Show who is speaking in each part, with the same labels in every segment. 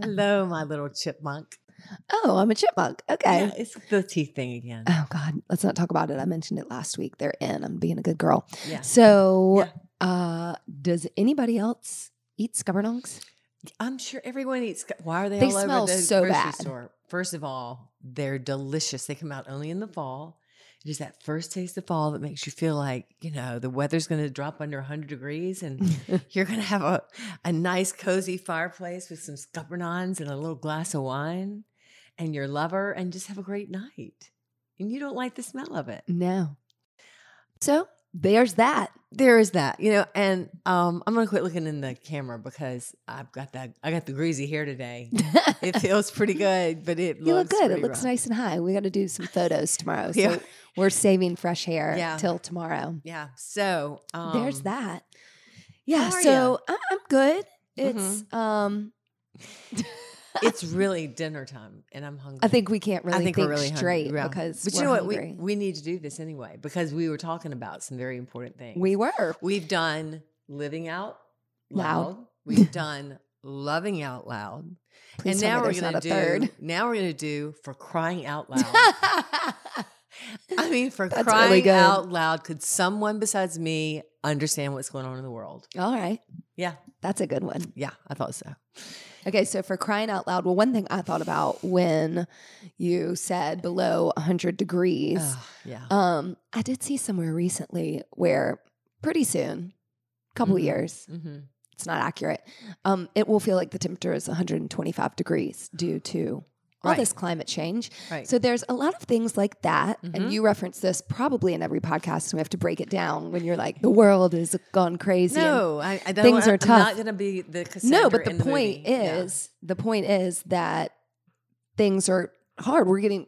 Speaker 1: Hello, my little chipmunk.
Speaker 2: Oh, I'm a chipmunk. Okay.
Speaker 1: Yeah, it's the teeth thing again.
Speaker 2: Oh, God. Let's not talk about it. I mentioned it last week. They're in. I'm being a good girl.
Speaker 1: Yeah.
Speaker 2: So, uh, does anybody else eat scuppernongs?
Speaker 1: I'm sure everyone eats. sc- Why are they,
Speaker 2: They
Speaker 1: all
Speaker 2: smell
Speaker 1: over the
Speaker 2: so
Speaker 1: grocery
Speaker 2: bad.
Speaker 1: store? First of all, they're delicious. They come out only in the fall. It is that first taste of fall that makes you feel like you know the weather's going to drop under 100 degrees, and you're going to have a a nice cozy fireplace with some scuppernons and a little glass of wine, and your lover, and just have a great night. And you don't like the smell of it.
Speaker 2: No. So, there's that.
Speaker 1: There is that, you know, and um, I'm gonna quit looking in the camera because I've got that. I got the greasy hair today. it feels pretty good, but it
Speaker 2: You look
Speaker 1: looks
Speaker 2: good. It
Speaker 1: pretty
Speaker 2: looks
Speaker 1: rough.
Speaker 2: nice and high. We got to do some photos tomorrow. So
Speaker 1: Yeah.
Speaker 2: we're saving fresh hair
Speaker 1: Yeah.
Speaker 2: till tomorrow.
Speaker 1: Yeah. So um,
Speaker 2: There's that. Yeah.
Speaker 1: how are Mm-hmm.
Speaker 2: So I- I'm good. It's um.
Speaker 1: It's really dinner time, and I'm hungry.
Speaker 2: I think we can't really
Speaker 1: I think,
Speaker 2: think
Speaker 1: we're really hungry,
Speaker 2: straight
Speaker 1: yeah.
Speaker 2: because
Speaker 1: but
Speaker 2: we're
Speaker 1: you know what?
Speaker 2: hungry.
Speaker 1: We we need to do this anyway because we were talking about some very important things.
Speaker 2: We were.
Speaker 1: we've done living out
Speaker 2: Loud.
Speaker 1: loud. We've done loving out loud,
Speaker 2: Please
Speaker 1: and
Speaker 2: tell
Speaker 1: now
Speaker 2: me
Speaker 1: we're
Speaker 2: there's
Speaker 1: gonna
Speaker 2: not a
Speaker 1: do.
Speaker 2: third.
Speaker 1: Now we're gonna do for crying out loud. I mean, for
Speaker 2: That's
Speaker 1: crying
Speaker 2: really good.
Speaker 1: out loud, could someone besides me understand what's going on in the world?
Speaker 2: All right.
Speaker 1: Yeah.
Speaker 2: That's a good one.
Speaker 1: Yeah, I thought so.
Speaker 2: Okay, so for crying out loud, well, one thing I thought about when you said below 100 degrees,
Speaker 1: Ugh, Oh, yeah.
Speaker 2: um, I did see somewhere recently where pretty soon, couple
Speaker 1: Mhm.
Speaker 2: years,
Speaker 1: hmm
Speaker 2: it's not accurate, um, it will feel like the temperature is 125 degrees due to all
Speaker 1: Right.
Speaker 2: this climate change.
Speaker 1: Right.
Speaker 2: So there's a lot of things like that,
Speaker 1: Mhm.
Speaker 2: and you reference this probably in every podcast. So we have to break it down when you're like, the world has gone crazy. and
Speaker 1: no, I, I don't.
Speaker 2: things
Speaker 1: I'm
Speaker 2: are tough.
Speaker 1: Not going to be the Cassandra
Speaker 2: no, but the,
Speaker 1: in
Speaker 2: point
Speaker 1: movie. Yeah.
Speaker 2: is, the point is that things are hard. We're getting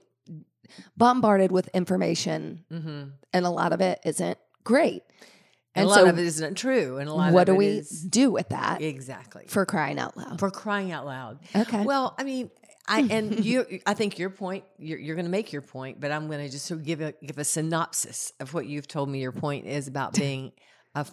Speaker 2: bombarded with information,
Speaker 1: Mhm.
Speaker 2: and a lot of it isn't great.
Speaker 1: and
Speaker 2: And
Speaker 1: a lot
Speaker 2: so
Speaker 1: of it isn't true, and a lot
Speaker 2: what do
Speaker 1: of it
Speaker 2: we
Speaker 1: is-
Speaker 2: do with that?
Speaker 1: exactly
Speaker 2: For
Speaker 1: for,
Speaker 2: crying out loud.
Speaker 1: crying out loud.
Speaker 2: okay.
Speaker 1: Well, I mean, I and you. I think your point. You're, you're going to make your point, but I'm going to just sort of give a give a synopsis of what you've told me. Your point is about being a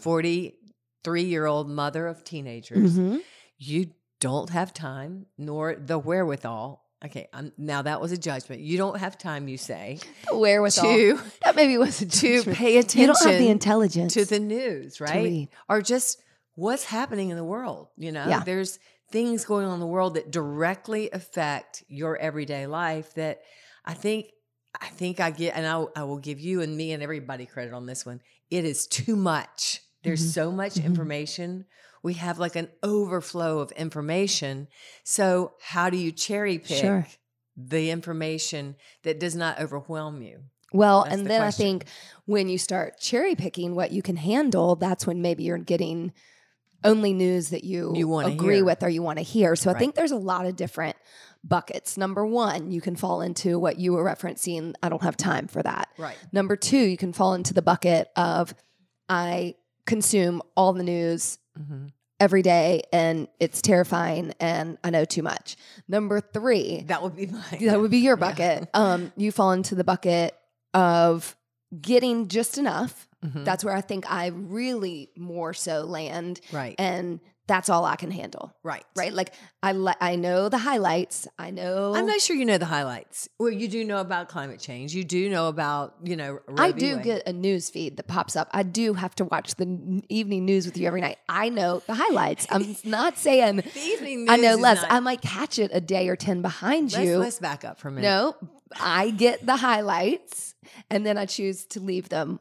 Speaker 1: 43 year old mother of teenagers.
Speaker 2: Mhm.
Speaker 1: you don't have time nor the wherewithal. Okay, i now that was a judgment. You don't have time, you say,
Speaker 2: The wherewithal.
Speaker 1: to
Speaker 2: that maybe was a
Speaker 1: to
Speaker 2: judgment.
Speaker 1: pay attention
Speaker 2: You don't have the intelligence.
Speaker 1: to the news, right?
Speaker 2: read.
Speaker 1: Or just what's happening in the world. You know,
Speaker 2: Yeah.
Speaker 1: there's things going on in the world that directly affect your everyday life that I think I think I get and I, I will give you and me and everybody credit on this one. It is too much. There's
Speaker 2: Mhm.
Speaker 1: so much
Speaker 2: Mhm.
Speaker 1: information. We have like an overflow of information. So how do you cherry pick
Speaker 2: Sure.
Speaker 1: the information that does not overwhelm you?
Speaker 2: Well,
Speaker 1: That's
Speaker 2: and
Speaker 1: the
Speaker 2: then
Speaker 1: question.
Speaker 2: I think when you start cherry picking what you can handle, that's when maybe you're getting only news that you,
Speaker 1: You wanna
Speaker 2: agree
Speaker 1: hear.
Speaker 2: with or you want to hear. So I
Speaker 1: Right.
Speaker 2: think there's a lot of different buckets. Number one, you can fall into what you were referencing. I don't have time for that.
Speaker 1: Right.
Speaker 2: Number two, you can fall into the bucket of I consume all the news
Speaker 1: Mm-hmm.
Speaker 2: every day and it's terrifying and I know too much. Number three,
Speaker 1: That would be mine.
Speaker 2: that would be your
Speaker 1: Yeah.
Speaker 2: bucket. Um, you fall into the bucket of getting just enough.
Speaker 1: Mhm.
Speaker 2: That's where I think I really more so land,
Speaker 1: right.
Speaker 2: and that's all I can handle.
Speaker 1: Right.
Speaker 2: Right? Like I li- I know the highlights. I know
Speaker 1: I'm not sure you know the highlights. Well, you do know about climate change. You do know about, you know, Roe
Speaker 2: I
Speaker 1: v.
Speaker 2: do
Speaker 1: Wade.
Speaker 2: get a news feed that pops up. I do have to watch the n- evening news with you every night. I know the highlights. I'm not saying
Speaker 1: the evening news.
Speaker 2: I know
Speaker 1: is
Speaker 2: less.
Speaker 1: not-
Speaker 2: I might catch it a day or 10 behind
Speaker 1: let's,
Speaker 2: you.
Speaker 1: let's back up for a minute.
Speaker 2: No, I get the highlights and then I choose to leave them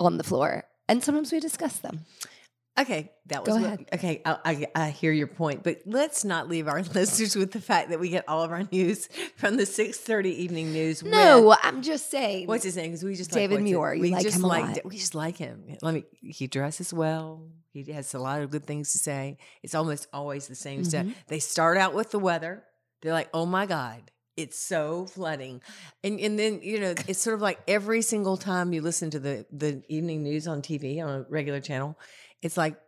Speaker 2: on the floor. And sometimes we discuss them.
Speaker 1: Okay, that
Speaker 2: Go
Speaker 1: was what-
Speaker 2: ahead.
Speaker 1: okay. I, I, I hear your point, but let's not leave our listeners with the fact that we get all of our news from the six thirty evening news. with-
Speaker 2: No, I'm just saying.
Speaker 1: what's his name? 'Cause we just
Speaker 2: David
Speaker 1: like, what's his-
Speaker 2: Muir. You
Speaker 1: we
Speaker 2: like
Speaker 1: just
Speaker 2: him a
Speaker 1: like
Speaker 2: lot.
Speaker 1: Da- we just like him. Let me. He dresses well. He has a lot of good things to say. It's almost always the same stuff.
Speaker 2: Mhm.
Speaker 1: They start out with the weather. They're like, "Oh my god, it's so flooding," and and then you know it's sort of like every single time you listen to the the evening news on TV on a regular channel, it's like,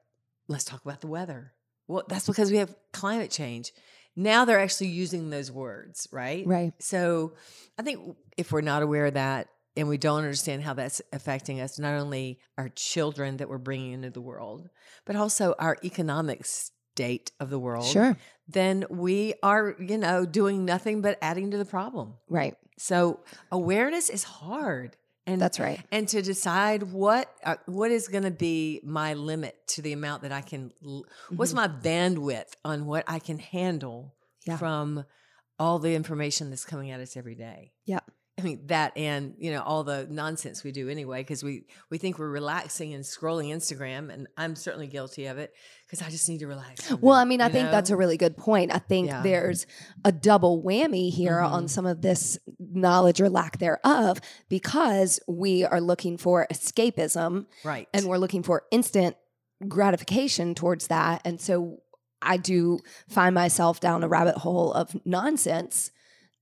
Speaker 1: "Let's talk about the weather." Well, that's because we have climate change. Now they're actually using those words, right?
Speaker 2: right?
Speaker 1: So I think if we're not aware of that and we don't understand how that's affecting us, not only our children that we're bringing into the world, but also our economic state of the world,
Speaker 2: Sure.
Speaker 1: then we are, you know, doing nothing but adding to the problem.
Speaker 2: Right.
Speaker 1: So awareness is hard. And
Speaker 2: That's right.
Speaker 1: and to decide what uh, what is going to be my limit to the amount that I can l- what's
Speaker 2: Mhm.
Speaker 1: my bandwidth on what I can handle
Speaker 2: Yeah.
Speaker 1: from all the information that's coming at us every day.
Speaker 2: Yeah.
Speaker 1: I mean that and you know all the nonsense we do anyway because we we think we're relaxing and scrolling Instagram and I'm certainly guilty of it because I just need to relax. from
Speaker 2: Well,
Speaker 1: that,
Speaker 2: I mean, I
Speaker 1: you
Speaker 2: think that's a
Speaker 1: know?
Speaker 2: really good point. I think
Speaker 1: Yeah.
Speaker 2: there's a double whammy here on
Speaker 1: Mhm.
Speaker 2: some of this knowledge or lack thereof because we are looking for escapism
Speaker 1: right
Speaker 2: and we're looking for instant gratification towards that. And so I do find myself down a rabbit hole of nonsense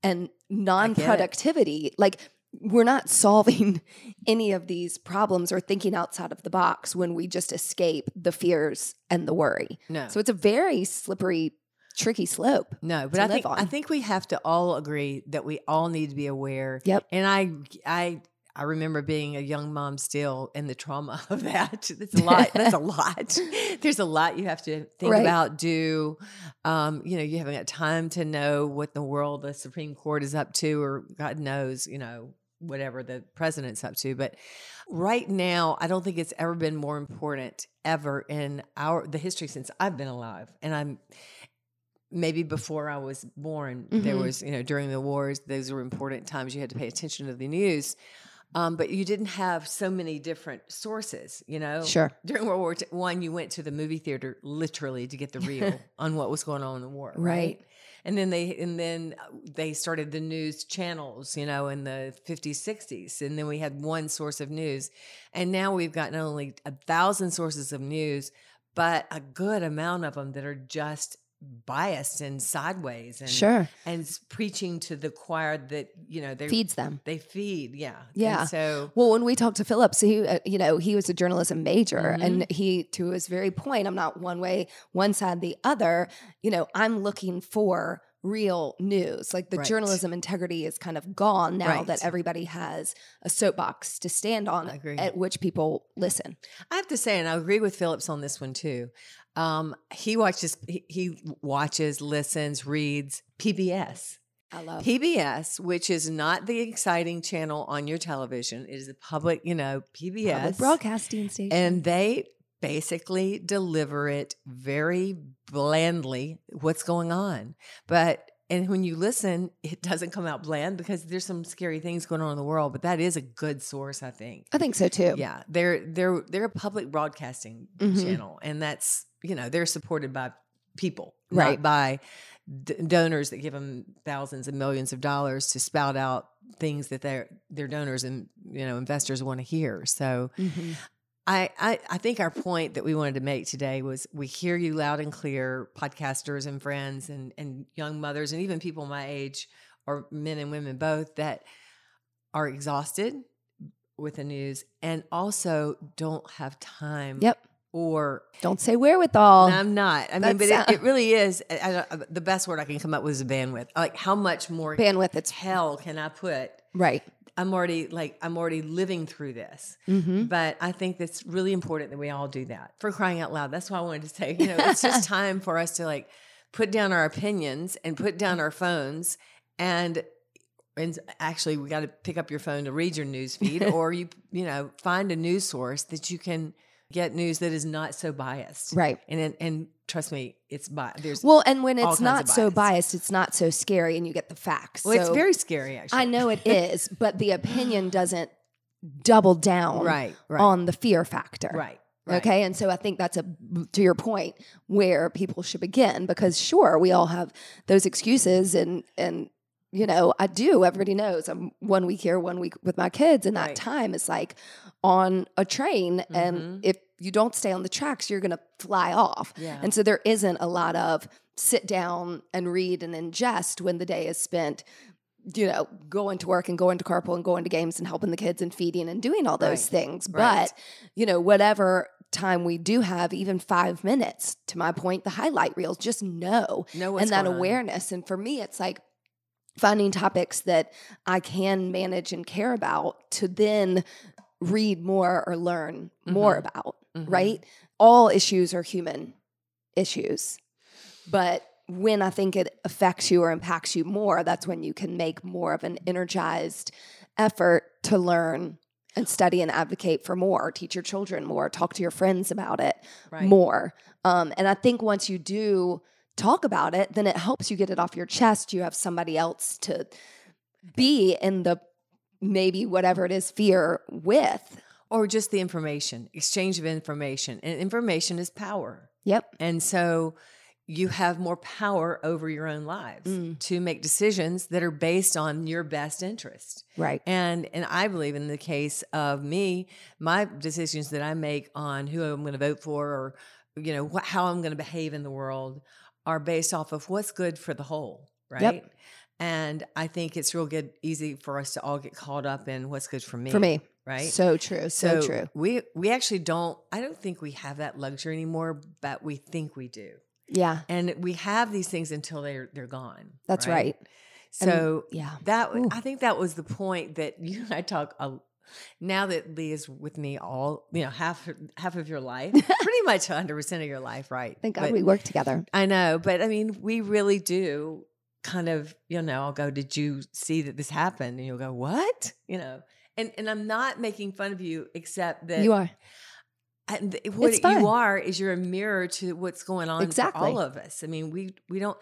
Speaker 2: and non productivity. Like, we're not solving any of these problems or thinking outside of the box when we just escape the fears and the worry.
Speaker 1: no
Speaker 2: So it's a very slippery, tricky slope.
Speaker 1: No, but
Speaker 2: to
Speaker 1: I
Speaker 2: live
Speaker 1: think I
Speaker 2: on.
Speaker 1: think we have to all agree that we all need to be aware.
Speaker 2: Yep.
Speaker 1: And I I I remember being a young mom still and the trauma of that. That's a lot. That's a lot. There's a lot you have to think
Speaker 2: Right.
Speaker 1: about, do. Um, you know, you haven't got time to know what the world the Supreme Court is up to or God knows, you know, whatever the president's up to. But right now, I don't think it's ever been more important ever in our the history since I've been alive. And I'm maybe before I was born, there
Speaker 2: Mhm.
Speaker 1: was, you know, during the wars, those were important times you had to pay attention to the news. Um, but you didn't have so many different sources, you know.
Speaker 2: Sure.
Speaker 1: During World War Two- One, you went to the movie theater literally to get the reel on what was going on in the war,
Speaker 2: Right.
Speaker 1: right? And then they and then uh, they started the news channels, you know, in the 50s, 60s, and then we had one source of news, and now we've got not only a thousand sources of news, but a good amount of them that are just biased and sideways and
Speaker 2: Sure.
Speaker 1: and s- preaching to the choir that you know they
Speaker 2: Feeds them.
Speaker 1: they feed yeah And
Speaker 2: Yeah.
Speaker 1: so
Speaker 2: Well, when we talked to Phillips, he, uh, you know, he was a journalism major,
Speaker 1: Mm-hmm.
Speaker 2: and he, to his very point, I'm not one way, one side, the other. You know, I'm looking for real news. Like the
Speaker 1: Right.
Speaker 2: journalism integrity is kind of gone now
Speaker 1: Right.
Speaker 2: that everybody has a soapbox to stand on,
Speaker 1: I agree.
Speaker 2: at which people listen.
Speaker 1: I have to say, and I agree with Phillips on this one too. Um, he watches he, he watches listens reads PBS.
Speaker 2: I love.
Speaker 1: PBS, which is not the exciting channel on your television, it is the public, you know, PBS
Speaker 2: Public broadcasting station.
Speaker 1: and they basically deliver it very blandly what's going on but and when you listen it doesn't come out bland because there's some scary things going on in the world but that is a good source i think
Speaker 2: I think so too.
Speaker 1: yeah they're they're they're a public broadcasting
Speaker 2: Mhm.
Speaker 1: channel and that's you know they're supported by people
Speaker 2: Right.
Speaker 1: not by d- donors that give them thousands and millions of dollars to spout out things that their their donors and you know investors want to hear so
Speaker 2: Mhm.
Speaker 1: I, I, I think our point that we wanted to make today was we hear you loud and clear, podcasters and friends and, and young mothers and even people my age or men and women both that are exhausted with the news and also don't have time
Speaker 2: Yep.
Speaker 1: or
Speaker 2: Don't say wherewithal.
Speaker 1: and I'm not. I mean,
Speaker 2: That's,
Speaker 1: but it,
Speaker 2: uh,
Speaker 1: it really is. I, I, don't- uh, the best word I can come up with is bandwidth. Like how much more
Speaker 2: bandwidth. It's
Speaker 1: hell can I put?
Speaker 2: right.
Speaker 1: I'm already like I'm already living through this.
Speaker 2: Mm-hmm.
Speaker 1: But I think that's really important that we all do that for crying out loud. That's why I wanted to say, you know, it's just time for us to like put down our opinions and put down our phones and and actually we got to pick up your phone to read your news feed or you you know find a news source that you can get news that is not so biased
Speaker 2: Right.
Speaker 1: and and, and trust me it's bi- there's well,
Speaker 2: Well, and when
Speaker 1: all
Speaker 2: it's
Speaker 1: kinds
Speaker 2: not
Speaker 1: of
Speaker 2: so
Speaker 1: bias.
Speaker 2: biased, it's not so scary, and you get the facts.
Speaker 1: it's
Speaker 2: So-
Speaker 1: very scary actually
Speaker 2: I know it is, but the opinion doesn't double down
Speaker 1: right right
Speaker 2: on the fear factor.
Speaker 1: right Right.
Speaker 2: Okay. And so I think that's a, to your point, where people should begin because sure, we all have those excuses and, and, you know, I do. Everybody knows I'm one week here, one week with my kids, and that
Speaker 1: Right.
Speaker 2: time is like on a train.
Speaker 1: Mm-hmm.
Speaker 2: And if you don't stay on the tracks, you're going to fly off.
Speaker 1: Yeah.
Speaker 2: And so there isn't a lot of sit down and read and ingest when the day is spent, you know, going to work and going to carpool and going to games and helping the kids and feeding and doing all those
Speaker 1: Right.
Speaker 2: things.
Speaker 1: Right.
Speaker 2: But, you know, whatever time we do have, even five minutes, to my point, the highlight reels, just know
Speaker 1: know what's
Speaker 2: and that
Speaker 1: going on.
Speaker 2: awareness. And for me, it's like finding topics that I can manage and care about to then read more or learn more
Speaker 1: Mhm.
Speaker 2: about,
Speaker 1: Mhm.
Speaker 2: right? All issues are human issues. But when I think it affects you or impacts you more, that's when you can make more of an energized effort to learn and study and advocate for more, teach your children more, talk to your friends about it
Speaker 1: Right.
Speaker 2: more. Um, and I think once you do talk about it, then it helps you get it off your chest. You have somebody else to
Speaker 1: Mm-hmm.
Speaker 2: be in the maybe whatever it is fear with.
Speaker 1: or just the information exchange of information and information is power
Speaker 2: Yep.
Speaker 1: and so you have more power over your own lives
Speaker 2: Mm.
Speaker 1: to make decisions that are based on your best interest
Speaker 2: Right.
Speaker 1: and and i believe in the case of me my decisions that i make on who i'm going to vote for or you know what, how i'm going to behave in the world are based off of what's good for the whole right and i think it's real good easy for us to all get caught up in what's good for me
Speaker 2: For me.
Speaker 1: right
Speaker 2: So true. So, true.
Speaker 1: we we actually don't i don't think we have that luxury anymore but we think we do
Speaker 2: Yeah.
Speaker 1: and we have these things until they're they're gone
Speaker 2: That's right. And-
Speaker 1: so
Speaker 2: Yeah.
Speaker 1: that w-
Speaker 2: Ooh.
Speaker 1: I think that was the point that you and I talk. A, now that Lee is with me, all you know, half half of your life, pretty much hundred percent of your life, right?
Speaker 2: Thank God
Speaker 1: But-
Speaker 2: we work together.
Speaker 1: I know, but I mean, we really do kind of, you know, I'll go, did you see that this happened? And you'll go, what? You know, and and I'm not making fun of you, except that
Speaker 2: You are.
Speaker 1: I, th- what
Speaker 2: It's fine.
Speaker 1: you are is you're a mirror to what's going on
Speaker 2: Exactly.
Speaker 1: for all of us. I mean, we we don't.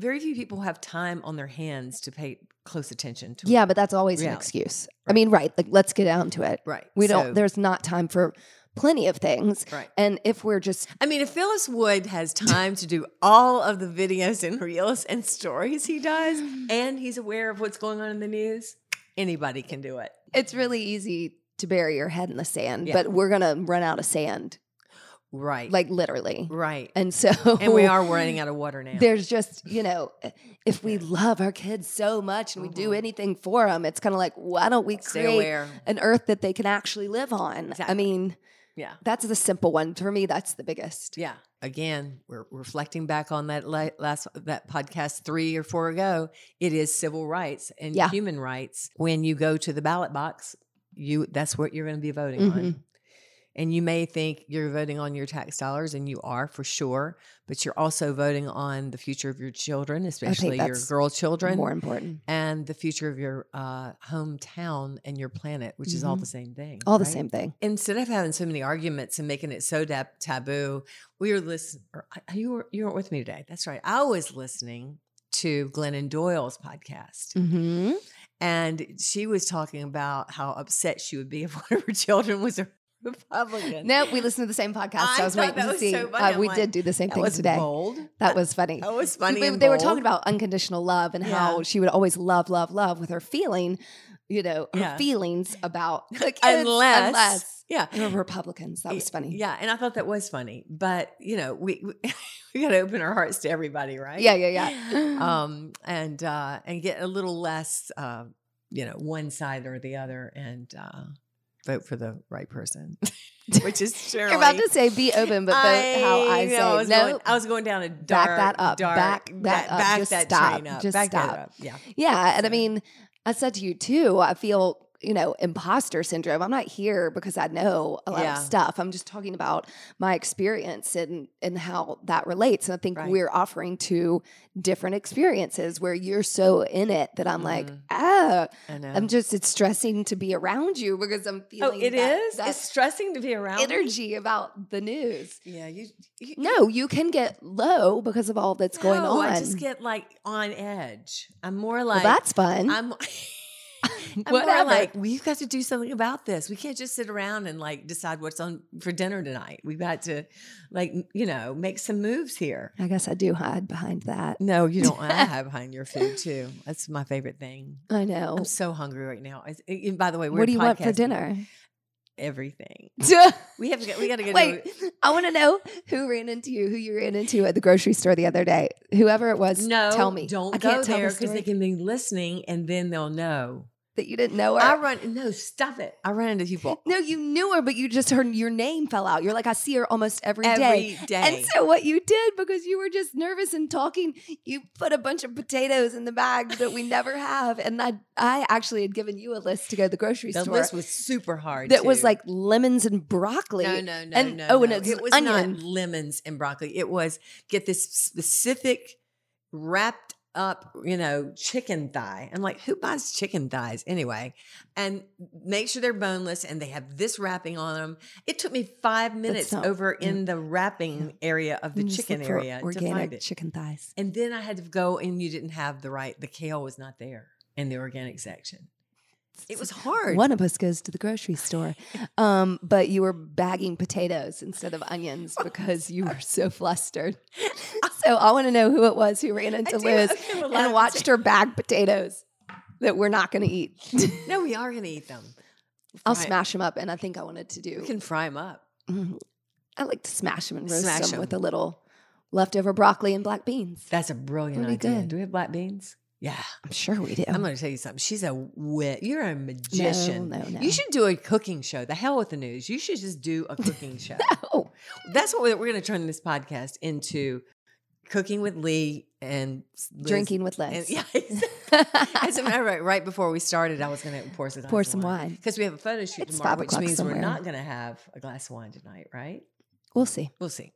Speaker 1: Very few people have time on their hands to pay close attention to.
Speaker 2: Yeah, but that's always an
Speaker 1: Yeah.
Speaker 2: excuse. I mean, right. Like, let's get down to it.
Speaker 1: right.
Speaker 2: We
Speaker 1: So-
Speaker 2: don't, there's not time for plenty of things.
Speaker 1: Right.
Speaker 2: And if we're just,
Speaker 1: I mean, if Phyllis Wood has time to do all of the videos and reels and stories he does, and he's aware of what's going on in the news, anybody can do it.
Speaker 2: it's really easy to bury your head in the sand,
Speaker 1: Yeah.
Speaker 2: but we're going to run out of sand,
Speaker 1: Right.
Speaker 2: like literally.
Speaker 1: right.
Speaker 2: And so,
Speaker 1: And we are running out of water now.
Speaker 2: There's just, you know, eh, if we love our kids so much and we do
Speaker 1: Mhm.
Speaker 2: anything for them, it's kind of like, why don't we
Speaker 1: Stay
Speaker 2: create
Speaker 1: aware.
Speaker 2: an earth that they can actually live on? I
Speaker 1: Exactly.
Speaker 2: mean,
Speaker 1: Yeah.
Speaker 2: that's the simple one. For me, that's the biggest.
Speaker 1: Yeah. Again, we're reflecting back on that la- last that podcast three or four ago. It is civil rights and
Speaker 2: Yeah.
Speaker 1: human rights. When you go to the ballot box, you that's what you're going to be voting
Speaker 2: Mm-hmm.
Speaker 1: on. And you may think you're voting on your tax dollars, and you are for sure, but you're also voting on the future of your children, especially your
Speaker 2: that's
Speaker 1: girl children,
Speaker 2: More important.
Speaker 1: and the future of your uh, hometown and your planet, which is all the same thing.
Speaker 2: Mm-hmm. All the
Speaker 1: right?
Speaker 2: same thing.
Speaker 1: instead of having so many arguments and making it so dab- taboo, we were listening. You were you weren't with me today. That's right. I was listening to Glennon Doyle's podcast,
Speaker 2: Mm-hmm.
Speaker 1: and she was talking about how upset she would be if one of her children was a Republican.
Speaker 2: No, we listened to the same podcast.
Speaker 1: I
Speaker 2: I, was
Speaker 1: thought
Speaker 2: waiting
Speaker 1: that
Speaker 2: to
Speaker 1: was
Speaker 2: see.
Speaker 1: so funny.
Speaker 2: Uh,
Speaker 1: I'm
Speaker 2: we
Speaker 1: like,
Speaker 2: did do the same
Speaker 1: that
Speaker 2: things
Speaker 1: was
Speaker 2: today.
Speaker 1: bold.
Speaker 2: That was funny.
Speaker 1: That was funny.
Speaker 2: We-
Speaker 1: and
Speaker 2: they were talking
Speaker 1: bold.
Speaker 2: about unconditional love and
Speaker 1: Yeah.
Speaker 2: how she would always love, love, love with her feeling, you know, her
Speaker 1: Yeah.
Speaker 2: feelings about the kids,
Speaker 1: unless,
Speaker 2: unless
Speaker 1: yeah,
Speaker 2: they were Republicans. That was funny.
Speaker 1: Yeah, and I thought that was funny, but you know, we we, we got to open our hearts to everybody, right?
Speaker 2: Yeah, yeah, yeah.
Speaker 1: um, and uh, and get a little less, uh, you know, one side or the other, and uh, vote for the right person, which is surely.
Speaker 2: You're about to say be open, but vote how I
Speaker 1: know,
Speaker 2: say
Speaker 1: I was
Speaker 2: no.
Speaker 1: going, I was going down a dark,
Speaker 2: Back that up,
Speaker 1: dark,
Speaker 2: back that up,
Speaker 1: back
Speaker 2: just
Speaker 1: that
Speaker 2: stop,
Speaker 1: train up,
Speaker 2: just
Speaker 1: back that
Speaker 2: stop.
Speaker 1: up. Yeah,
Speaker 2: Yeah. And I
Speaker 1: So-
Speaker 2: mean, I said to you too, I feel, you know, imposter syndrome. I'm not here because I know a lot
Speaker 1: Yeah.
Speaker 2: of stuff. I'm just talking about my experience and and how that relates. And I think
Speaker 1: Right.
Speaker 2: we're offering two different experiences where you're so in it that I'm like,
Speaker 1: Mhm.
Speaker 2: ah,
Speaker 1: I know.
Speaker 2: I'm just it's stressing to be around you because I'm
Speaker 1: oh,
Speaker 2: feeling
Speaker 1: it is.
Speaker 2: that- that
Speaker 1: it's stressing to be around. me?
Speaker 2: energy about the news.
Speaker 1: Yeah, you. you
Speaker 2: No, you can get low because of all that's going
Speaker 1: No,
Speaker 2: on.
Speaker 1: I just get like on edge. I'm more
Speaker 2: well,
Speaker 1: like
Speaker 2: that's fun.
Speaker 1: I'm And we're like, we've got to do something about this. We can't just sit around and like decide what's on for dinner tonight. We've got to like, you know, make some moves here.
Speaker 2: I guess I do hide behind that.
Speaker 1: No, you don't. I hide behind your food too. That's my favorite thing.
Speaker 2: I know.
Speaker 1: I'm so hungry right now. I- And by the way, we're
Speaker 2: What do you want for
Speaker 1: podcasting.
Speaker 2: dinner?
Speaker 1: Everything.
Speaker 2: I
Speaker 1: We have to get, we got to go
Speaker 2: Wait.
Speaker 1: to
Speaker 2: want to know who ran into you, who you ran into at the grocery store the other day. Whoever it was,
Speaker 1: No,
Speaker 2: tell me.
Speaker 1: Don't
Speaker 2: I
Speaker 1: go
Speaker 2: can't tell
Speaker 1: there
Speaker 2: the
Speaker 1: because
Speaker 2: story.
Speaker 1: they can be listening, and then they'll know.
Speaker 2: that you didn't know her.
Speaker 1: I run. No, stop it. I run into people
Speaker 2: no, you knew her, but you just heard your name fell out. You're like, I see her almost
Speaker 1: every
Speaker 2: day.
Speaker 1: day.
Speaker 2: And so what you did because you were just nervous and talking, you put a bunch of potatoes in the bag that we never have. And I I actually had given you a list to go to the grocery
Speaker 1: the
Speaker 2: store
Speaker 1: list was super hard.
Speaker 2: that was
Speaker 1: too.
Speaker 2: like lemons and broccoli.
Speaker 1: No, no, no,
Speaker 2: and-
Speaker 1: no.
Speaker 2: oh, and
Speaker 1: no.
Speaker 2: it's
Speaker 1: it
Speaker 2: an
Speaker 1: was
Speaker 2: onion.
Speaker 1: not lemons and broccoli. It was get this specific wrapped up, you know, chicken thigh. I'm like, who buys chicken thighs anyway? And make sure they're boneless and they have this wrapping on them. It took me five minutes
Speaker 2: not-
Speaker 1: over
Speaker 2: mm, yeah.
Speaker 1: in the wrapping area of the
Speaker 2: And just
Speaker 1: chicken
Speaker 2: look Mm, for
Speaker 1: area to find
Speaker 2: organic
Speaker 1: it.
Speaker 2: chicken thighs.
Speaker 1: And then I had to go and you didn't have the right, the kale was not there in the organic section. It was hard.
Speaker 2: One of us goes to the grocery store, um, but you were bagging potatoes instead of onions because you were so flustered. So I want to know who it was who ran
Speaker 1: I
Speaker 2: into
Speaker 1: do-
Speaker 2: Liz
Speaker 1: okay, well,
Speaker 2: and
Speaker 1: I'm
Speaker 2: watched her bag potatoes that we're not going to eat.
Speaker 1: saying- No, we are going to eat them.
Speaker 2: I'll
Speaker 1: Fry-
Speaker 2: smash them up, and I think I wanted to do.
Speaker 1: We can fry them up.
Speaker 2: Mhm. I like to smash them and roast
Speaker 1: Smash
Speaker 2: them
Speaker 1: 'em.
Speaker 2: with a little leftover broccoli and black beans.
Speaker 1: That's a brilliant
Speaker 2: Pretty
Speaker 1: idea.
Speaker 2: good. Oh.
Speaker 1: Do we have black beans? Yeah.
Speaker 2: I'm sure we do.
Speaker 1: I'm going to tell you something. She's a wit. You're a magician.
Speaker 2: No, no, no.
Speaker 1: You should do a cooking show. The hell with the news. You should just do a cooking show.
Speaker 2: Oh,
Speaker 1: That's what we're, we're going to turn this podcast into cooking with Lee and Liz.
Speaker 2: drinking with
Speaker 1: And,
Speaker 2: Liz.
Speaker 1: yeah. As a matter of fact, right before we started, I was going to pour some
Speaker 2: Pour some wine.
Speaker 1: Because we have a photo shoot
Speaker 2: It's
Speaker 1: tomorrow,
Speaker 2: five
Speaker 1: which
Speaker 2: o'clock
Speaker 1: means
Speaker 2: somewhere.
Speaker 1: we're not going to have a glass of wine tonight, right?
Speaker 2: We'll see.
Speaker 1: We'll see.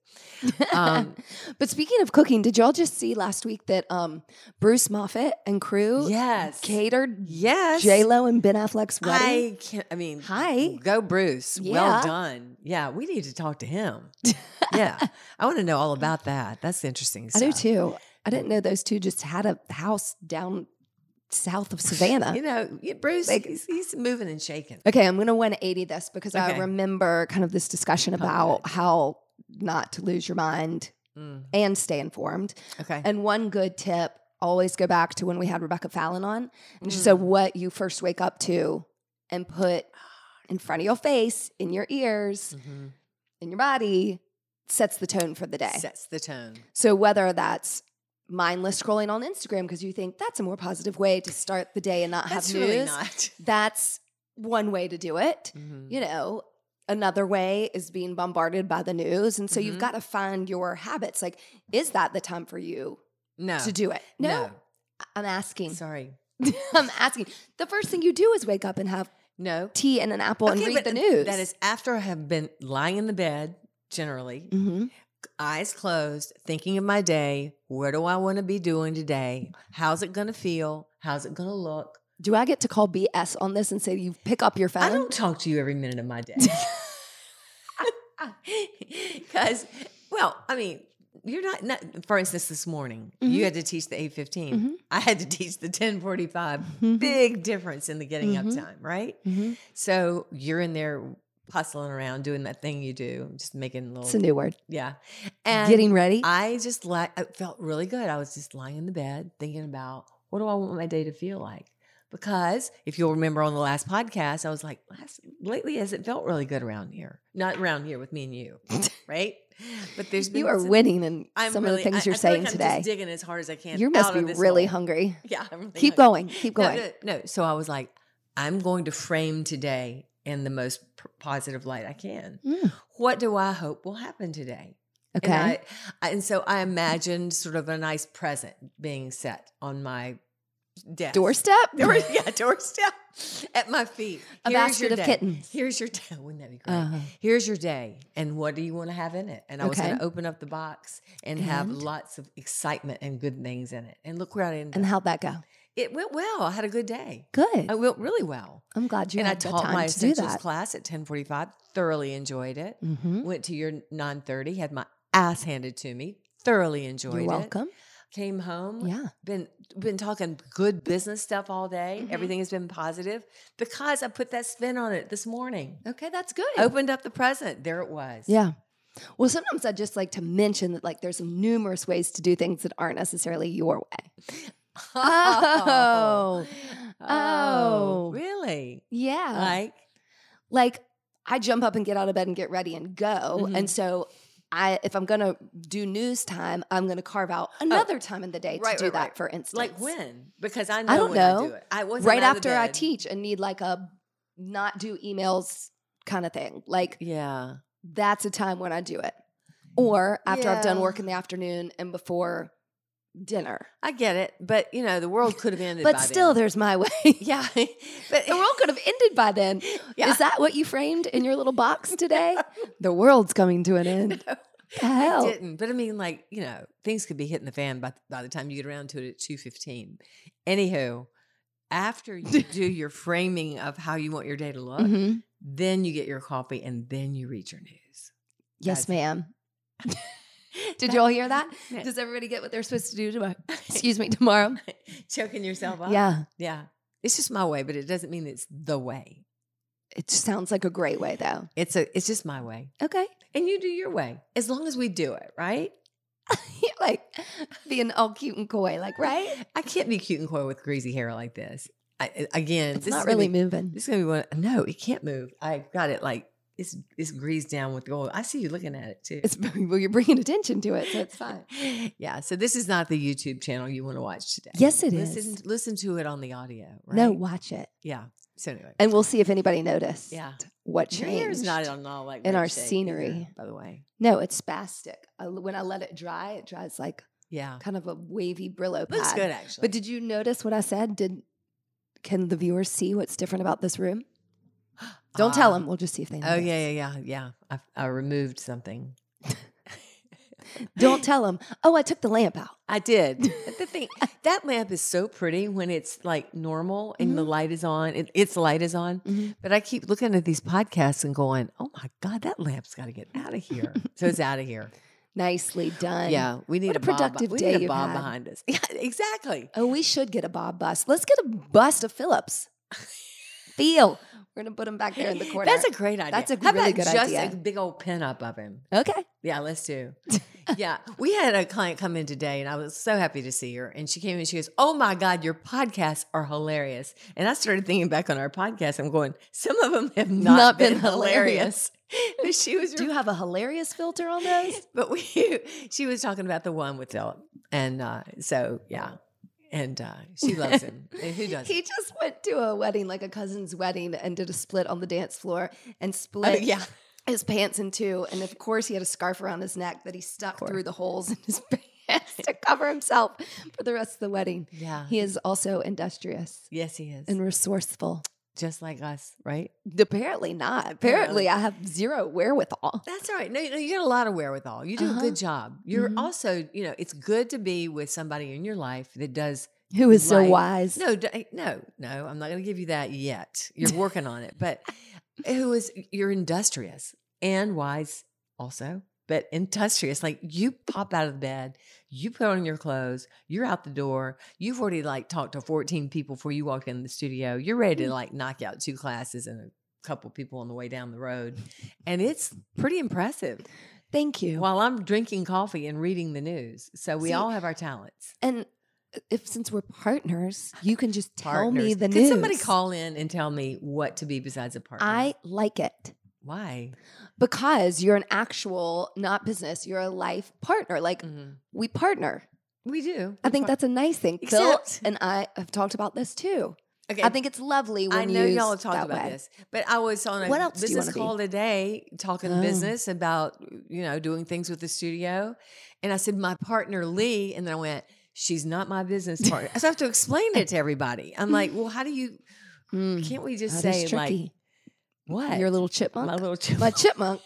Speaker 1: Um,
Speaker 2: But speaking of cooking, did y'all just see last week that um, Bruce Moffat and crew
Speaker 1: yes.
Speaker 2: catered
Speaker 1: Yes.
Speaker 2: J Lo and Ben Affleck's wedding?
Speaker 1: I can't. I mean,
Speaker 2: Hi.
Speaker 1: go Bruce.
Speaker 2: Yeah.
Speaker 1: Well done. Yeah, we need to talk to him. yeah, I want to know all about that. That's interesting.
Speaker 2: I,
Speaker 1: Stuff.
Speaker 2: do too. I didn't know those two just had a house down south of Savannah.
Speaker 1: You know, yeah, Bruce,
Speaker 2: Like-
Speaker 1: he's, he's moving and shaking.
Speaker 2: Okay, I'm going to 180 this because I
Speaker 1: Okay.
Speaker 2: remember kind of this discussion
Speaker 1: good.
Speaker 2: about how not to lose your mind
Speaker 1: Mm,
Speaker 2: and stay informed.
Speaker 1: okay.
Speaker 2: And one good tip always go back to when we had Rebecca Fallon on. And she
Speaker 1: Mm.
Speaker 2: said, What you first wake up to and put in front of your face, in your ears,
Speaker 1: Mhm.
Speaker 2: in your body sets the tone for the day.
Speaker 1: Sets the tone.
Speaker 2: So whether that's mindless scrolling on Instagram because you think that's a more positive way to start the day and not
Speaker 1: That's
Speaker 2: have news,
Speaker 1: really not.
Speaker 2: that's one way to do it
Speaker 1: Mhm.
Speaker 2: you know, another way is being bombarded by the news. And so you've
Speaker 1: Mhm.
Speaker 2: got to find your habits. Like, is that the time for you
Speaker 1: No.
Speaker 2: to do it? No, I'm asking.
Speaker 1: Sorry.
Speaker 2: I'm asking. The first thing you do is wake up and have
Speaker 1: No.
Speaker 2: tea and an apple and
Speaker 1: Okay,
Speaker 2: read
Speaker 1: but
Speaker 2: the news.
Speaker 1: That is after I have been lying in the bed, generally,
Speaker 2: Mhm.
Speaker 1: eyes closed, thinking of my day. Where do I want to be doing today? How's it going to feel? How's it going to look?
Speaker 2: Do I get to call BS on this and say you pick up your phone?
Speaker 1: I don't talk to you every minute of my day. Because, well, I mean, you're not, not for instance, this morning, you
Speaker 2: Mhm.
Speaker 1: had to teach the 815.
Speaker 2: Mhm.
Speaker 1: I had to teach the 1045.
Speaker 2: Mhm.
Speaker 1: Big difference in the getting
Speaker 2: Mhm.
Speaker 1: up time, right?
Speaker 2: Mhm.
Speaker 1: So you're in there hustling around, doing that thing you do, just making
Speaker 2: It's a
Speaker 1: little,
Speaker 2: new word.
Speaker 1: yeah. And
Speaker 2: Getting ready.
Speaker 1: I just like I felt really good. I was just lying in the bed thinking about what do I want my day to feel like? Because if you'll remember on the last podcast, I was like, last, lately hasn't felt really good around here. Not around here with me and you, right? But there's been
Speaker 2: you are
Speaker 1: some-
Speaker 2: winning in
Speaker 1: I'm
Speaker 2: some
Speaker 1: really-
Speaker 2: of the things you're
Speaker 1: I- I feel like
Speaker 2: saying
Speaker 1: I'm just
Speaker 2: today.
Speaker 1: digging as hard as I can.
Speaker 2: You must
Speaker 1: out of
Speaker 2: be
Speaker 1: this
Speaker 2: really
Speaker 1: hole.
Speaker 2: hungry.
Speaker 1: Yeah, I'm really
Speaker 2: Keep
Speaker 1: hungry.
Speaker 2: going. Keep going.
Speaker 1: No, no, no. So I was like, I'm going to frame today in the most p- positive light I can.
Speaker 2: Mm.
Speaker 1: What do I hope will happen today?
Speaker 2: Okay.
Speaker 1: And, I, I- and so I imagined sort of a nice present being set on my desk.
Speaker 2: Doorstep? Uh-huh.
Speaker 1: Door- yeah, doorstep at my feet.
Speaker 2: A
Speaker 1: Here's your
Speaker 2: basket of
Speaker 1: day.
Speaker 2: kittens.
Speaker 1: Here's your day. Wouldn't that be great?
Speaker 2: Uh-huh.
Speaker 1: Here's your day. And what do you want to have in it? And I was
Speaker 2: Okay.
Speaker 1: going to open up the box and, have
Speaker 2: And?
Speaker 1: lots of excitement and good things in it. And look where I ended
Speaker 2: And
Speaker 1: up.
Speaker 2: how'd that go?
Speaker 1: It went well. I had a good day.
Speaker 2: Good.
Speaker 1: It went really well.
Speaker 2: I'm glad you
Speaker 1: and I
Speaker 2: had the
Speaker 1: taught my
Speaker 2: time to do
Speaker 1: essentials
Speaker 2: that.
Speaker 1: class at 1045. Thoroughly enjoyed it.
Speaker 2: Mhm.
Speaker 1: Went to your 930, had my ass handed to me. Thoroughly enjoyed
Speaker 2: You're
Speaker 1: it.
Speaker 2: welcome.
Speaker 1: came home,
Speaker 2: Yeah.
Speaker 1: been been talking good business stuff all day.
Speaker 2: Mm-hmm.
Speaker 1: Everything has been positive because I put that spin on it this morning.
Speaker 2: Okay, that's good.
Speaker 1: Opened up the present. There it was.
Speaker 2: Oh, Yeah. Well, sometimes I just like to mention that like there's numerous ways to do things that aren't necessarily your way. Oh. Oh.
Speaker 1: Really?
Speaker 2: Yeah.
Speaker 1: Like
Speaker 2: like I jump up and get out of bed and get ready and go.
Speaker 1: Mhm.
Speaker 2: And so I if I'm gonna do news time, I'm gonna carve out another time in the day
Speaker 1: Oh.
Speaker 2: to
Speaker 1: Right,
Speaker 2: do
Speaker 1: right,
Speaker 2: that,
Speaker 1: right.
Speaker 2: for instance.
Speaker 1: like when? Because I know
Speaker 2: don't
Speaker 1: when I do
Speaker 2: know.
Speaker 1: it. I wasn't
Speaker 2: Right
Speaker 1: out of
Speaker 2: after I
Speaker 1: bed.
Speaker 2: teach and need like a not do emails kind of thing. Like
Speaker 1: Yeah.
Speaker 2: that's a time when I do it. Or after I've done
Speaker 1: Yeah.
Speaker 2: work in the afternoon and before dinner.
Speaker 1: I get it. But you know, the world could have ended
Speaker 2: But
Speaker 1: by
Speaker 2: still
Speaker 1: then.
Speaker 2: there's my way.
Speaker 1: Yeah. but
Speaker 2: The world could have ended by then.
Speaker 1: Yeah.
Speaker 2: Is that what you framed in your little box today? the world's coming to an end. The hell.
Speaker 1: didn't. But I mean, like you know, things could be hitting the fan by by the time you get around to it at two fifteen. Anywho, after you do your framing of how you want your day to look,
Speaker 2: Mhm.
Speaker 1: then you get your coffee and then you read your news.
Speaker 2: Yes,
Speaker 1: That's-
Speaker 2: ma'am. Did you all hear that?
Speaker 1: Yeah.
Speaker 2: Does everybody get what they're supposed to do tomorrow? Excuse me, tomorrow.
Speaker 1: Choking yourself up.
Speaker 2: Yeah,
Speaker 1: yeah. It's just my way, but it doesn't mean it's the way.
Speaker 2: it just sounds like a great way, though.
Speaker 1: It's a. It's just my way,
Speaker 2: Okay,
Speaker 1: and you do your way as long as we do it right.
Speaker 2: You're like being all cute and coy, like right?
Speaker 1: I can't be cute and coy with greasy hair like this. I, I- again,
Speaker 2: It's
Speaker 1: this
Speaker 2: not
Speaker 1: is gonna
Speaker 2: really
Speaker 1: be-
Speaker 2: moving.
Speaker 1: This is gonna be one. No, it can't move. I got it. Like it's it's greased down with gold. I see you looking at it too.
Speaker 2: It's well, you're bringing attention to it, so it's fine.
Speaker 1: Yeah. So this is not the YouTube channel you want to watch today.
Speaker 2: Yes, it
Speaker 1: it
Speaker 2: is.
Speaker 1: is. listen, Listen to it on the audio. Right?
Speaker 2: No, watch it,
Speaker 1: Yeah. So anyway,
Speaker 2: and we'll see if anybody noticed.
Speaker 1: Yeah.
Speaker 2: what
Speaker 1: your hair is
Speaker 2: changed?
Speaker 1: not on all like
Speaker 2: in
Speaker 1: that
Speaker 2: our
Speaker 1: shape either,
Speaker 2: scenery.
Speaker 1: by the way.
Speaker 2: no, it's spastic. I, when I let it dry, it dries like
Speaker 1: Yeah.
Speaker 2: kind of a wavy Brillo pad.
Speaker 1: Looks good actually.
Speaker 2: But did you notice what I said? Did can the viewers see what's different about this room? Don't
Speaker 1: Ah.
Speaker 2: tell them. We'll just see if they.
Speaker 1: Oh
Speaker 2: Notice.
Speaker 1: yeah, yeah, yeah, yeah. I, I removed something.
Speaker 2: Don't tell them. Oh, I took the lamp out.
Speaker 1: I did. But the thing that lamp is so pretty when it's like normal and
Speaker 2: Mm-hmm.
Speaker 1: the light is on. It, its light is on. But I keep looking at these podcasts and going, "Oh my god, that lamp's got to get out of here." so it's out of here.
Speaker 2: Nicely done.
Speaker 1: Yeah, we need
Speaker 2: What a
Speaker 1: Bob-
Speaker 2: productive
Speaker 1: we
Speaker 2: day
Speaker 1: need a
Speaker 2: you've
Speaker 1: Bob
Speaker 2: had.
Speaker 1: behind us. Yeah, exactly.
Speaker 2: Oh, we should get a Bob bust. Let's get a bust of Phillips. Feel. We're gonna put him back there in the corner.
Speaker 1: That's a great idea.
Speaker 2: That's a
Speaker 1: How
Speaker 2: really
Speaker 1: about
Speaker 2: good
Speaker 1: just
Speaker 2: idea.
Speaker 1: a big old pin up of him.
Speaker 2: okay.
Speaker 1: Yeah, let's do. yeah, we had a client come in today, and I was so happy to see her. And she came in, she goes, "Oh my God, your podcasts are hilarious!" And I started thinking back on our podcast. I'm going, some of them have not,
Speaker 2: Not
Speaker 1: been,
Speaker 2: been
Speaker 1: hilarious. but she was,
Speaker 2: Do you have a hilarious filter on those?
Speaker 1: but we, she was talking about the one with Philip, and uh, so yeah, and uh, she loves him. And who does?
Speaker 2: He just went to a wedding, like a cousin's wedding, and did a split on the dance floor and split
Speaker 1: yeah.
Speaker 2: his pants in two. And of course, he had a scarf around his neck that he stuck through the holes in his pants to cover himself for the rest of the wedding.
Speaker 1: Yeah.
Speaker 2: He is also industrious
Speaker 1: yes, he is,
Speaker 2: and resourceful.
Speaker 1: just like us, right?
Speaker 2: Apparently not. Apparently, I have zero wherewithal.
Speaker 1: That's all right. No, you know, you got a lot of wherewithal. You do
Speaker 2: Uh-huh.
Speaker 1: a good job. You're
Speaker 2: Mhm.
Speaker 1: also, you know, it's good to be with somebody in your life that does.
Speaker 2: Who is so
Speaker 1: Right.
Speaker 2: wise?
Speaker 1: No, d- no, no. I'm not going to give you that yet. You're working on it, but who is you're industrious and wise also, but industrious. Like you pop out of bed, you put on your clothes, you're out the door. You've already like talked to 14 people before you walk in the studio. You're ready to like knock out two classes and a couple people on the way down the road, and it's pretty impressive
Speaker 2: Thank you.
Speaker 1: while I'm drinking coffee and reading the news. So we
Speaker 2: See,
Speaker 1: all have our talents.
Speaker 2: and uh, if since we're partners, you can just tell me
Speaker 1: Partners.
Speaker 2: the
Speaker 1: Could
Speaker 2: news.
Speaker 1: somebody call in and tell me what to be besides a partner?
Speaker 2: I like it
Speaker 1: why?
Speaker 2: because you're an actual, not business. You're a life partner. Like
Speaker 1: Mhm.
Speaker 2: we partner.
Speaker 1: We do.
Speaker 2: I think that's a nice thing.
Speaker 1: Except-
Speaker 2: Phil and I have talked about this too.
Speaker 1: okay.
Speaker 2: I think it's lovely when
Speaker 1: I know y'all have
Speaker 2: used
Speaker 1: talked
Speaker 2: that
Speaker 1: about
Speaker 2: way.
Speaker 1: this, but I was on a
Speaker 2: What else do you
Speaker 1: business
Speaker 2: wanna be?
Speaker 1: call today talking
Speaker 2: Oh.
Speaker 1: business about you know doing things with the studio, and I said my partner Lee, and then I went, she's not my business partner. so I have to explain it to everybody. I'm like, well, how do you?
Speaker 2: Mm,
Speaker 1: Can't we just
Speaker 2: that
Speaker 1: say
Speaker 2: is
Speaker 1: like
Speaker 2: tricky.
Speaker 1: what?
Speaker 2: Your little chipmunk.
Speaker 1: my little chip-
Speaker 2: my chipmunk.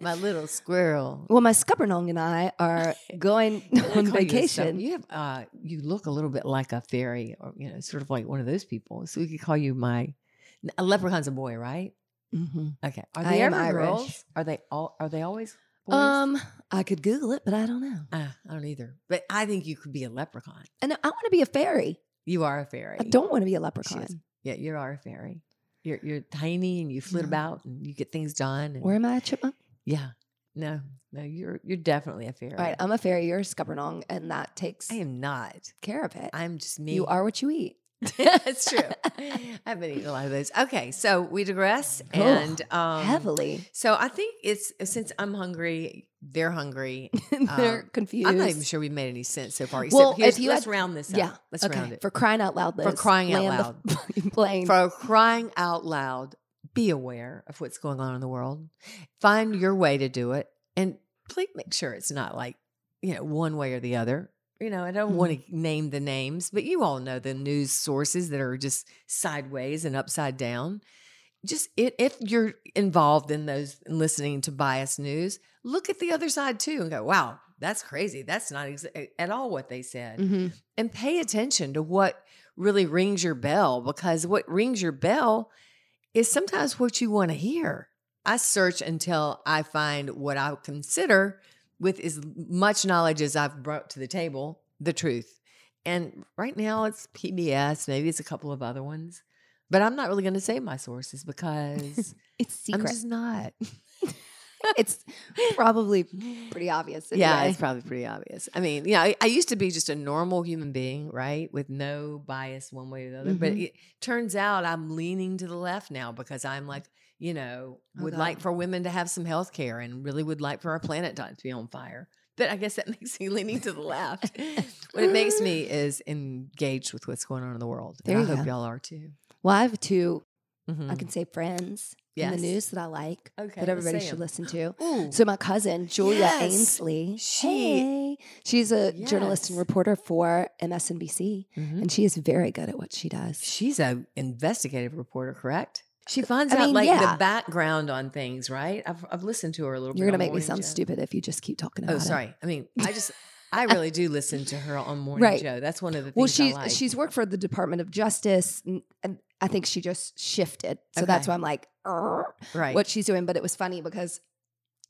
Speaker 1: my little squirrel.
Speaker 2: well, my scuppernong and I are going
Speaker 1: I
Speaker 2: on
Speaker 1: call you a sub-
Speaker 2: vacation.
Speaker 1: You, have uh, you look a little bit like a fairy, or you know, sort of like one of those people. So we could call you my a leprechaun's a boy, right?
Speaker 2: Mhm.
Speaker 1: Okay. Are
Speaker 2: I
Speaker 1: they
Speaker 2: am
Speaker 1: ever
Speaker 2: Irish.
Speaker 1: girls? Are they all? Are they always? boys?
Speaker 2: Um, I could Google it, but I don't know.
Speaker 1: Uh, I don't either. But I think you could be a leprechaun.
Speaker 2: And I want to be a fairy.
Speaker 1: You are a fairy.
Speaker 2: I don't want to be a
Speaker 1: She is.
Speaker 2: leprechaun.
Speaker 1: Yeah, you are a fairy. You're you're tiny and you flit
Speaker 2: Yeah.
Speaker 1: about and you get things done. And,
Speaker 2: Or am I a chipmunk?
Speaker 1: yeah. No, no, you're you're definitely a fairy.
Speaker 2: All right, I'm a fairy. You're a scabbernong, and that takes
Speaker 1: I am not.
Speaker 2: care of it.
Speaker 1: I'm just me.
Speaker 2: You are what you eat.
Speaker 1: That's true. I've been eating a lot of those. Okay, so we digress
Speaker 2: Oh,
Speaker 1: and um,
Speaker 2: Heavily,
Speaker 1: So I think it's since I'm hungry, they're hungry.
Speaker 2: they're confused.
Speaker 1: I'm um, not even sure we've made any sense so far.
Speaker 2: Well,
Speaker 1: Well, here's,
Speaker 2: if you
Speaker 1: let's
Speaker 2: had-
Speaker 1: round this up.
Speaker 2: Yeah,
Speaker 1: let's
Speaker 2: Okay,
Speaker 1: round it.
Speaker 2: for crying out loud,
Speaker 1: For
Speaker 2: Liz,
Speaker 1: crying out
Speaker 2: land the fucking plane.
Speaker 1: For crying out loud, be aware of what's going on in the world. Find your way to do it, and please make sure it's not like you know one way or the other. You know, I don't want to name the names, but you all know the news sources that are just sideways and upside down. Just i if you're involved in those and listening to biased news, look at the other side too and go, "Wow, that's crazy. That's not ex- at all what they said."
Speaker 2: Mhm.
Speaker 1: and pay attention to what really rings your bell because what rings your bell is sometimes what you want to hear. I search until I find what I consider, with as much knowledge as I've brought to the table, the truth. And right now it's PBS, maybe it's a couple of other ones, but I'm not really going to say my sources because
Speaker 2: It's
Speaker 1: I'm
Speaker 2: secret.
Speaker 1: just not.
Speaker 2: it's probably pretty obvious.
Speaker 1: Yeah,
Speaker 2: anyway.
Speaker 1: it's probably pretty obvious. I mean, yeah, I, I used to be just a normal human being, right, with no bias one way or the other. But
Speaker 2: Mhm.
Speaker 1: it turns out I'm leaning to the left now because I'm like, you know,
Speaker 2: Oh,
Speaker 1: would
Speaker 2: God.
Speaker 1: like for women to have some health care and really would like for our planet not to be on fire. But I guess that makes me leaning to the left. what it makes me is engaged with what's going on in the world.
Speaker 2: There
Speaker 1: and I
Speaker 2: you
Speaker 1: hope
Speaker 2: go.
Speaker 1: y'all are too.
Speaker 2: Well, I have 2 I
Speaker 1: Mhm.
Speaker 2: can say friends in
Speaker 1: Yes.
Speaker 2: the news that I like
Speaker 1: Okay,
Speaker 2: that
Speaker 1: let's
Speaker 2: everybody
Speaker 1: say
Speaker 2: should
Speaker 1: 'em.
Speaker 2: listen to.
Speaker 1: Ooh.
Speaker 2: So my cousin Julia
Speaker 1: Yes.
Speaker 2: Ainsley,
Speaker 1: She-
Speaker 2: hey, she's a journalist and
Speaker 1: Yes.
Speaker 2: reporter for MSNBC,
Speaker 1: Mhm.
Speaker 2: and she is very good at what she does.
Speaker 1: She's a investigative reporter, correct? She finds
Speaker 2: I
Speaker 1: out
Speaker 2: mean,
Speaker 1: like
Speaker 2: yeah.
Speaker 1: the background on things, right? I've I've listened to her a little
Speaker 2: You're
Speaker 1: bit.
Speaker 2: gonna make
Speaker 1: on
Speaker 2: me
Speaker 1: Morning
Speaker 2: sound
Speaker 1: Joe.
Speaker 2: stupid if you just keep talking about
Speaker 1: Oh,
Speaker 2: it.
Speaker 1: sorry. I mean, I just I really do listen to her on Morning
Speaker 2: Right.
Speaker 1: Joe. That's one of the things
Speaker 2: Well,
Speaker 1: she,
Speaker 2: she's she's worked for the Department of Justice, and, and I think she just shifted. So that's
Speaker 1: Okay.
Speaker 2: why I'm like, "Arr,"
Speaker 1: right.
Speaker 2: what she's doing. But it was funny because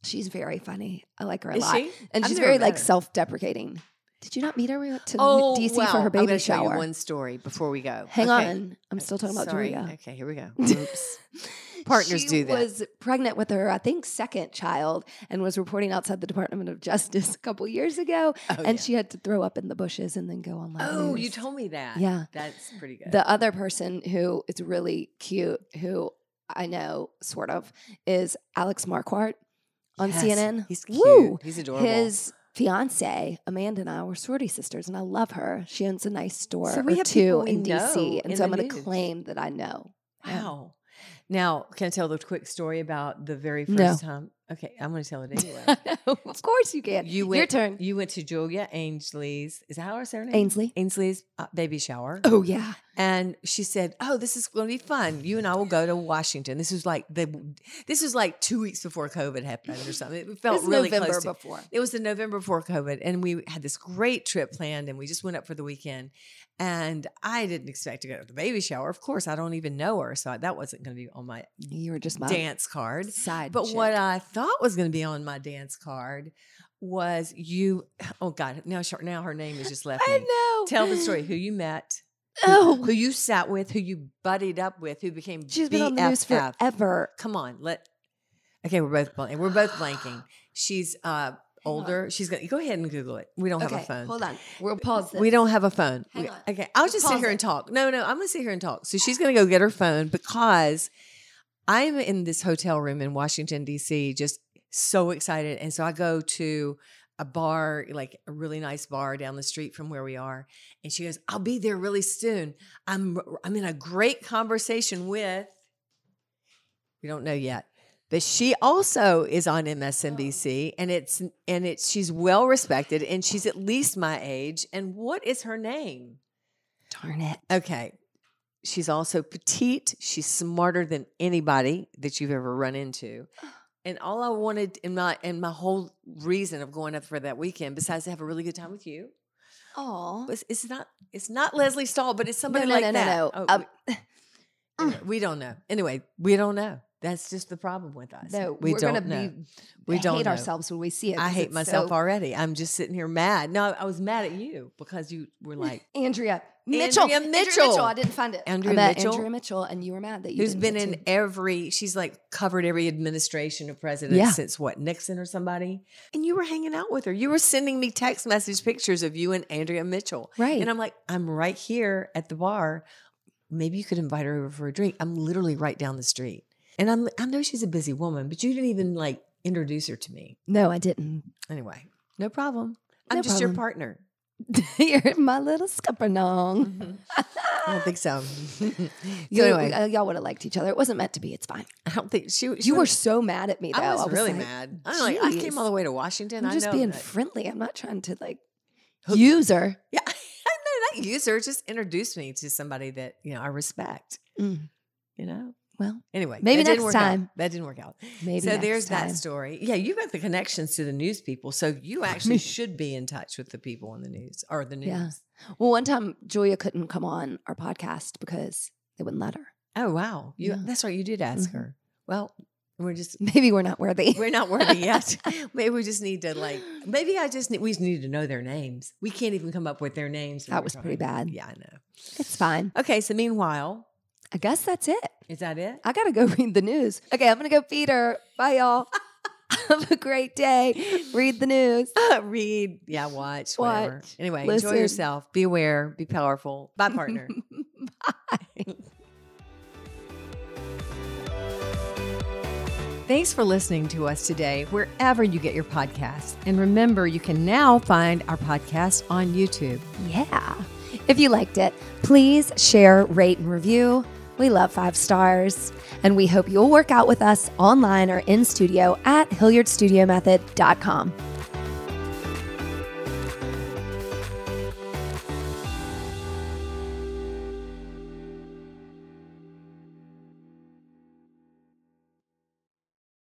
Speaker 2: she's very funny. I like her a
Speaker 1: Is
Speaker 2: lot,
Speaker 1: she?
Speaker 2: and
Speaker 1: I've
Speaker 2: she's
Speaker 1: never
Speaker 2: very
Speaker 1: met
Speaker 2: like
Speaker 1: her.
Speaker 2: self-deprecating. Did you not meet her? We went to
Speaker 1: Oh,
Speaker 2: DC
Speaker 1: well,
Speaker 2: for her
Speaker 1: I'm
Speaker 2: baby
Speaker 1: gonna Tell
Speaker 2: shower.
Speaker 1: you one story before we go.
Speaker 2: Hang
Speaker 1: Okay.
Speaker 2: on, I'm still talking about
Speaker 1: Sorry.
Speaker 2: Julia.
Speaker 1: Okay, here we go. Oops. Partners
Speaker 2: she
Speaker 1: do that.
Speaker 2: was pregnant with her, I think, second child, and was reporting outside the Department of Justice a couple years ago,
Speaker 1: Oh,
Speaker 2: and
Speaker 1: yeah.
Speaker 2: she had to throw up in the bushes and then go on live.
Speaker 1: Oh, you
Speaker 2: news.
Speaker 1: told me that.
Speaker 2: Yeah.
Speaker 1: That's pretty good.
Speaker 2: The other person who is really cute, who I know sort of, is Alex Marquardt on
Speaker 1: Yes,
Speaker 2: CNN.
Speaker 1: He's cute.
Speaker 2: Woo!
Speaker 1: He's adorable.
Speaker 2: His fiance Amanda and I were sorority sisters, and I love her. She owns a nice store
Speaker 1: So we
Speaker 2: or
Speaker 1: have
Speaker 2: two
Speaker 1: people we
Speaker 2: in
Speaker 1: know
Speaker 2: DC, and
Speaker 1: in
Speaker 2: so I'm
Speaker 1: the
Speaker 2: going to
Speaker 1: news.
Speaker 2: claim that I know. him.
Speaker 1: Wow. Now, can I tell the quick story about the very
Speaker 2: No.
Speaker 1: first time? Okay, I'm going to tell it anyway.
Speaker 2: of course you can.
Speaker 1: You
Speaker 2: Your
Speaker 1: went-
Speaker 2: turn,
Speaker 1: You went to Julia Ainsley's. Is that how her surname?
Speaker 2: Ainsley.
Speaker 1: Ainsley's uh, baby shower.
Speaker 2: Oh yeah,
Speaker 1: And she said, "Oh, this is going to be fun. You and I will go to Washington. This was like the, this was like two weeks before COVID happened or something. It felt
Speaker 2: It's
Speaker 1: really
Speaker 2: November
Speaker 1: close. To,
Speaker 2: before.
Speaker 1: it was the November before COVID, and we had this great trip planned, and we just went up for the weekend. And I didn't expect to go to the baby shower. Of course, I don't even know her, so that wasn't going to be on my
Speaker 2: You were just my
Speaker 1: dance card.
Speaker 2: side.
Speaker 1: But
Speaker 2: chick.
Speaker 1: what I thought was going to be on my dance card was you. Oh God! Now, sh- now her name is just left.
Speaker 2: I
Speaker 1: me.
Speaker 2: know.
Speaker 1: Tell the story. Who you met? who-
Speaker 2: Oh,
Speaker 1: who you sat with? Who you buddied up with? Who became
Speaker 2: she's been on the news
Speaker 1: BFF.
Speaker 2: forever.
Speaker 1: Come on, let. Okay, we're both blanking. We're both blanking. She's uh older. She's gonna go ahead and Google it. We don't have a phone.
Speaker 2: Hold on. We'll pause this.
Speaker 1: We don't have a phone.
Speaker 2: Hang
Speaker 1: We-
Speaker 2: on.
Speaker 1: Okay, I'll just sit
Speaker 2: Pause
Speaker 1: here
Speaker 2: it.
Speaker 1: and talk. No, no, I'm gonna sit here and talk. So she's gonna go get her phone because I'm in this hotel room in Washington D.C. Just so excited, and so I go to a bar, like a really nice bar down the street from where we are, and she goes, "I'll be there really soon. I'm I'm in a great conversation with." We don't know yet. But she also is on MSNBC and it's and it's she's well respected and she's at least my age. And what is her name?
Speaker 2: Darn it.
Speaker 1: Okay. She's also petite. She's smarter than anybody that you've ever run into. And all I wanted in my and my whole reason of going up for that weekend, besides to have a really good time with you,
Speaker 2: Oh.
Speaker 1: was it's not it's not Leslie Stahl, but it's somebody
Speaker 2: no,
Speaker 1: like
Speaker 2: no, no,
Speaker 1: that.
Speaker 2: no.
Speaker 1: Oh,
Speaker 2: Um,
Speaker 1: anyway, we don't know. Anyway, we don't know. That's just the problem with us.
Speaker 2: No,
Speaker 1: we
Speaker 2: are
Speaker 1: don't
Speaker 2: gonna
Speaker 1: know.
Speaker 2: be
Speaker 1: We don't
Speaker 2: hate
Speaker 1: know.
Speaker 2: ourselves when we see it.
Speaker 1: I
Speaker 2: 'cause
Speaker 1: hate
Speaker 2: it's
Speaker 1: myself
Speaker 2: so-
Speaker 1: already. I'm just sitting here mad. No, I was mad at you because you were like,
Speaker 2: Andrea Mitchell.
Speaker 1: Andrea Mitchell.
Speaker 2: I didn't find it.
Speaker 1: Andrea
Speaker 2: I met
Speaker 1: Mitchell.
Speaker 2: Andrea Mitchell, and you were mad that you
Speaker 1: who's
Speaker 2: didn't
Speaker 1: been
Speaker 2: get
Speaker 1: in
Speaker 2: to.
Speaker 1: every, she's like covered every administration of presidents
Speaker 2: Yeah.
Speaker 1: since what, Nixon or somebody? And you were hanging out with her. You were sending me text message pictures of you and Andrea Mitchell.
Speaker 2: right.
Speaker 1: And I'm like, I'm right here at the bar. Maybe you could invite her over for a drink. I'm literally right down the street. And I'm I know she's a busy woman, but you didn't even like introduce her to me.
Speaker 2: no, I didn't.
Speaker 1: Anyway, no problem. I'm
Speaker 2: No
Speaker 1: just your
Speaker 2: problem.
Speaker 1: partner.
Speaker 2: You're my little scuppernong.
Speaker 1: I don't think Mm. so. so
Speaker 2: Mm-hmm. You-
Speaker 1: anyway,
Speaker 2: uh, y'all would have liked each other. It wasn't meant to be. It's fine.
Speaker 1: I don't think she, she
Speaker 2: You were
Speaker 1: was-
Speaker 2: so mad at me. Though.
Speaker 1: I was, really
Speaker 2: like,
Speaker 1: mad. I'm like, I
Speaker 2: "Jeez,
Speaker 1: came all the way to Washington.
Speaker 2: I'm
Speaker 1: I
Speaker 2: just
Speaker 1: know
Speaker 2: being
Speaker 1: that-
Speaker 2: friendly. I'm not trying to like
Speaker 1: Hook-
Speaker 2: use her.
Speaker 1: yeah, I know that user just introduced me to somebody that you know I respect.
Speaker 2: Mm.
Speaker 1: You know.
Speaker 2: Well,
Speaker 1: Anyway,
Speaker 2: maybe
Speaker 1: that
Speaker 2: next
Speaker 1: didn't work out.
Speaker 2: time.
Speaker 1: That didn't work out.
Speaker 2: maybe.
Speaker 1: so
Speaker 2: next
Speaker 1: there's
Speaker 2: time.
Speaker 1: that story. Yeah, you got the connections to the news people, so you actually should be in touch with the people in the news or the news.
Speaker 2: Yeah. Well, one time Julia couldn't come on our podcast because they wouldn't let her.
Speaker 1: Oh wow, you
Speaker 2: Yeah.
Speaker 1: that's right. You did ask
Speaker 2: Mhm.
Speaker 1: her. Well, we're just
Speaker 2: Maybe we're not worthy.
Speaker 1: we're not worthy yet. maybe we just need to like maybe I just need, we just need to know their names. We can't even come up with their names. when
Speaker 2: That
Speaker 1: we're
Speaker 2: was pretty
Speaker 1: talking.
Speaker 2: bad.
Speaker 1: Yeah, I know.
Speaker 2: it's fine.
Speaker 1: Okay, so meanwhile,
Speaker 2: I guess that's it.
Speaker 1: is that it?
Speaker 2: I gotta go read the news. Okay, I'm gonna go feed her. Bye, y'all. Have a great day. Read the news.
Speaker 1: Read, yeah,
Speaker 2: Watch,
Speaker 1: watch, whatever. Anyway,
Speaker 2: listen.
Speaker 1: enjoy yourself. Be aware. Be powerful. Bye, partner. Thanks for listening to us today, wherever you get your podcasts. And remember, you can now find our podcast on YouTube.
Speaker 2: Yeah. If you liked it, please share, rate, and review. We love five stars. And we hope you'll work out with us online or in studio at HilliardStudioMethod.com.